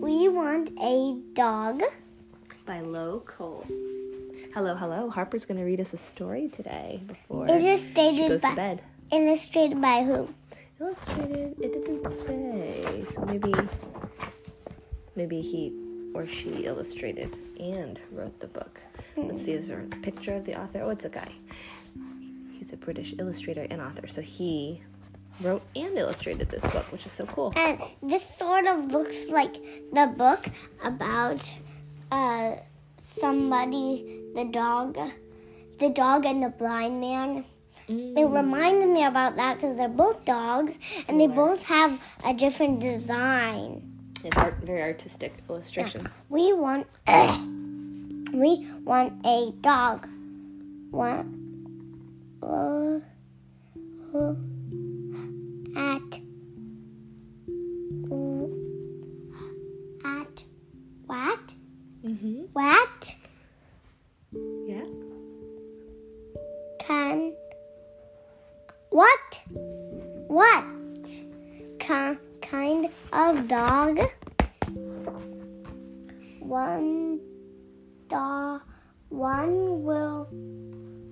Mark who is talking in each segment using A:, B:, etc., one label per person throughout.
A: We want a dog.
B: by Lo Cole. Hello, hello. Harper's going to read us a story today before she
A: Illustrated
B: goes to
A: by
B: bed.
A: illustrated by who?
B: Illustrated. It didn't say, so maybe, maybe he or she illustrated and wrote the book. Let's see, is there a picture of the author? Oh, it's a guy. He's a British illustrator and author, so he wrote and illustrated this book, which is so cool.
A: And this sort of looks like the book about uh, somebody, the dog, the dog and the blind man. It reminds me about that because they're both dogs and they both have a different design.
B: It's art, very artistic illustrations.
A: We want we want a dog. What? Uh, uh, at at what?
B: Mm-hmm.
A: What
B: Yeah.
A: can what what ki- kind of dog? One dog. One will.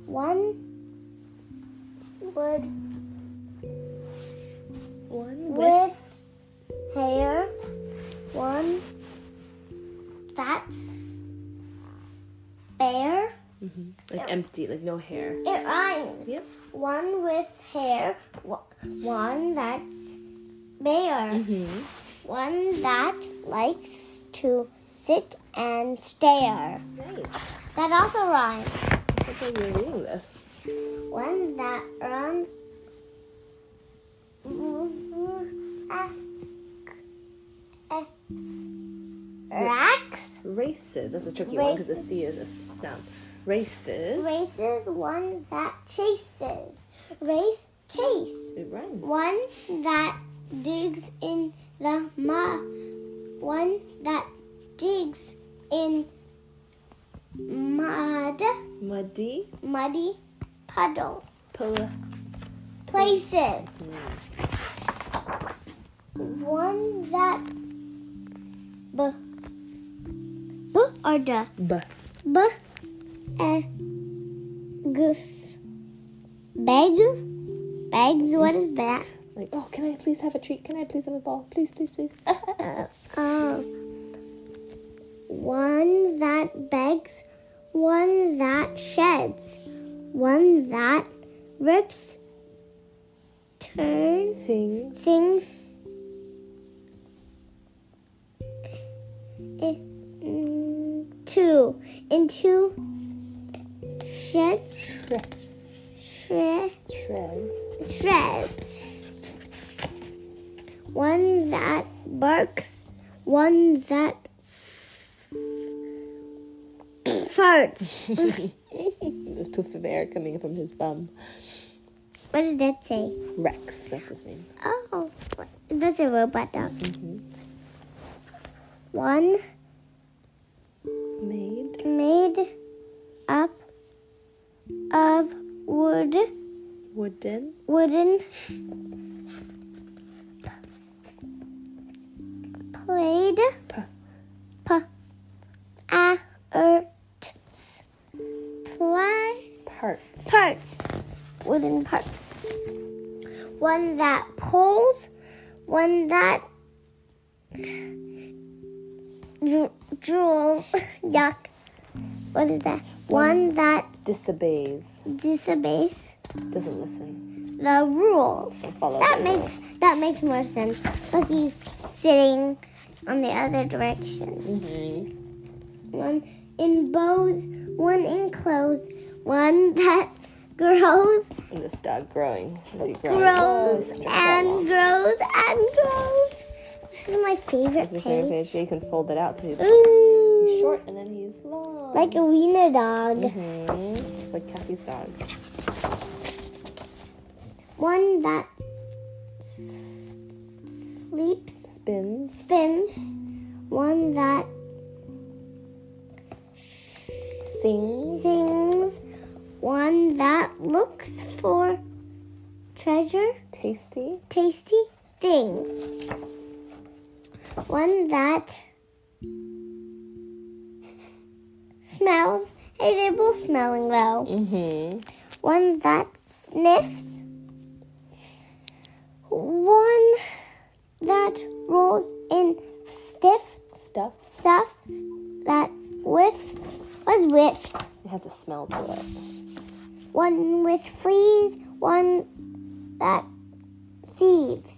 A: One would
B: One with
A: with hair. One that's bare.
B: like empty, like no hair.
A: It rhymes.
B: Yep.
A: One with hair, wa- one that's bare,
B: Mm-hmm.
A: one that likes to sit and stare.
B: Nice.
A: That also rhymes.
B: Okay, you're reading this.
A: One that runs. Racks
B: Races. That's a tricky one because the C is a sound. Races.
A: races, one that chases. Race, chase.
B: It rhymes.
A: One that digs in the mud. One that digs in mud,
B: Muddy.
A: muddy puddles,
B: Pull.
A: places. One that b b or d
B: B.
A: b eggs bags bags. What is that?
B: Like, oh, can I please have a treat? Can I please have a ball? Please, please, please.
A: Um, one that begs, one that sheds, one that rips, turns
B: Things.
A: things. Into into sheds
B: Shred.
A: shred
B: Shreds.
A: shreds. One that barks, one that farts.
B: There's poof of air coming from his bum.
A: What did that say?
B: Rex. That's his name.
A: Oh, that's a robot dog. One
B: Made.
A: made up of wood,
B: Wooden.
A: wooden played.
B: P.
A: P. Parts. Ply.
B: Parts.
A: Parts. Wooden parts. One that pulls. One that dr- drools. Yuck. What is that? One that
B: Disobeys.
A: disobeys
B: Doesn't listen.
A: the rules.
B: Don't follow
A: That
B: the
A: makes that makes more sense. Look, he's sitting on the other direction.
B: Mm-hmm.
A: one in bows, one in clothes, one that grows,
B: And this dog growing. Is he growing?
A: grows,
B: Stretch that long.
A: and grows, and grows. This is my favorite
B: That's your favorite
A: page.
B: page. Yeah, you can fold it out so he's
A: Ooh,
B: short and then he's long.
A: like a wiener dog.
B: Mhm. Like Kathy's dog.
A: One that s- sleeps,
B: Spins.
A: spins, one that
B: Sings.
A: sings, one that looks for treasure.
B: Tasty.
A: tasty things. one that smells. Hey, they're both smelling though.
B: Mm-hmm.
A: One that sniffs. One that rolls in stiff
B: Stuff.
A: stuff that whiffs. Was whiffs.
B: It has a smell to it.
A: One with fleas. One that thieves.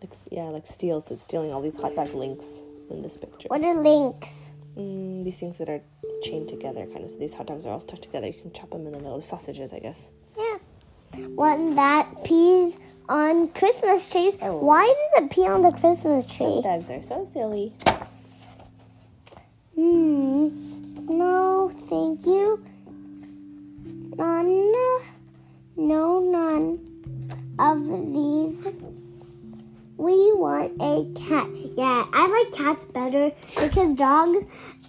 B: Like, yeah, like steals. So it's stealing all these hot dog links in this picture.
A: What are links?
B: Mm, these things that are chained together, kind of. So these hot dogs are all stuck together. You can chop them into little sausages, I guess.
A: Yeah. One that pees on Christmas trees. Why does it pee on the Christmas tree?
B: Hot dogs are so silly.
A: Hmm. No, thank you. None. No, none of these. We want a cat. Yeah, I like cats better because dogs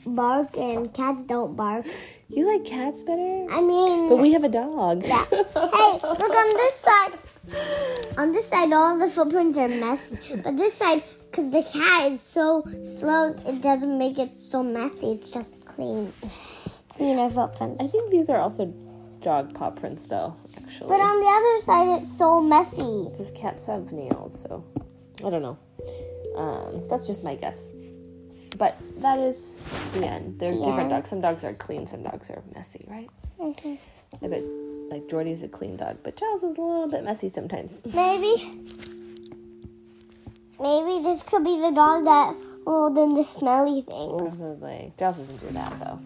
A: bark and cats don't bark.
B: You like cats better?
A: I mean,
B: But we have a dog.
A: yeah. Hey, look on this side. On this side, all the footprints are messy. But this side, because the cat is so slow, it doesn't make it so messy. It's just clean. Cleaner
B: I
A: footprints.
B: think these are also dog paw prints, though, actually.
A: But on the other side, it's so messy.
B: Because cats have nails, so I don't know. Um, that's just my guess. But that is the end. They're different
A: end.
B: dogs. Some dogs are clean, some dogs are messy, right? Mm-hmm.
A: Mhm.
B: I bet like Jordy's a clean dog, but Charles is a little bit messy sometimes.
A: Mhm. Maybe. Maybe this could be the dog that rolled in the smelly things.
B: Probably. Charles doesn't do that though.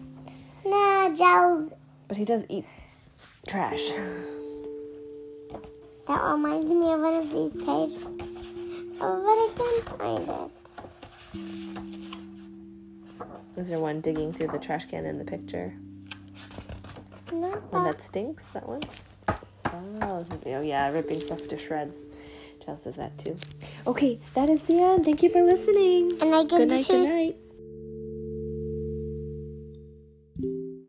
A: Nah, Giles.
B: But he does eat trash.
A: That reminds me of one of these pages. Oh, but I can't find it.
B: Is there one digging through the trash can in the picture?
A: Not
B: One
A: that.
B: that stinks, that one? Oh, oh yeah, ripping stuff to shreds. Charles does that too. Okay, that is the end. Thank you for listening.
A: And I can
B: good night,
A: choose
B: good night.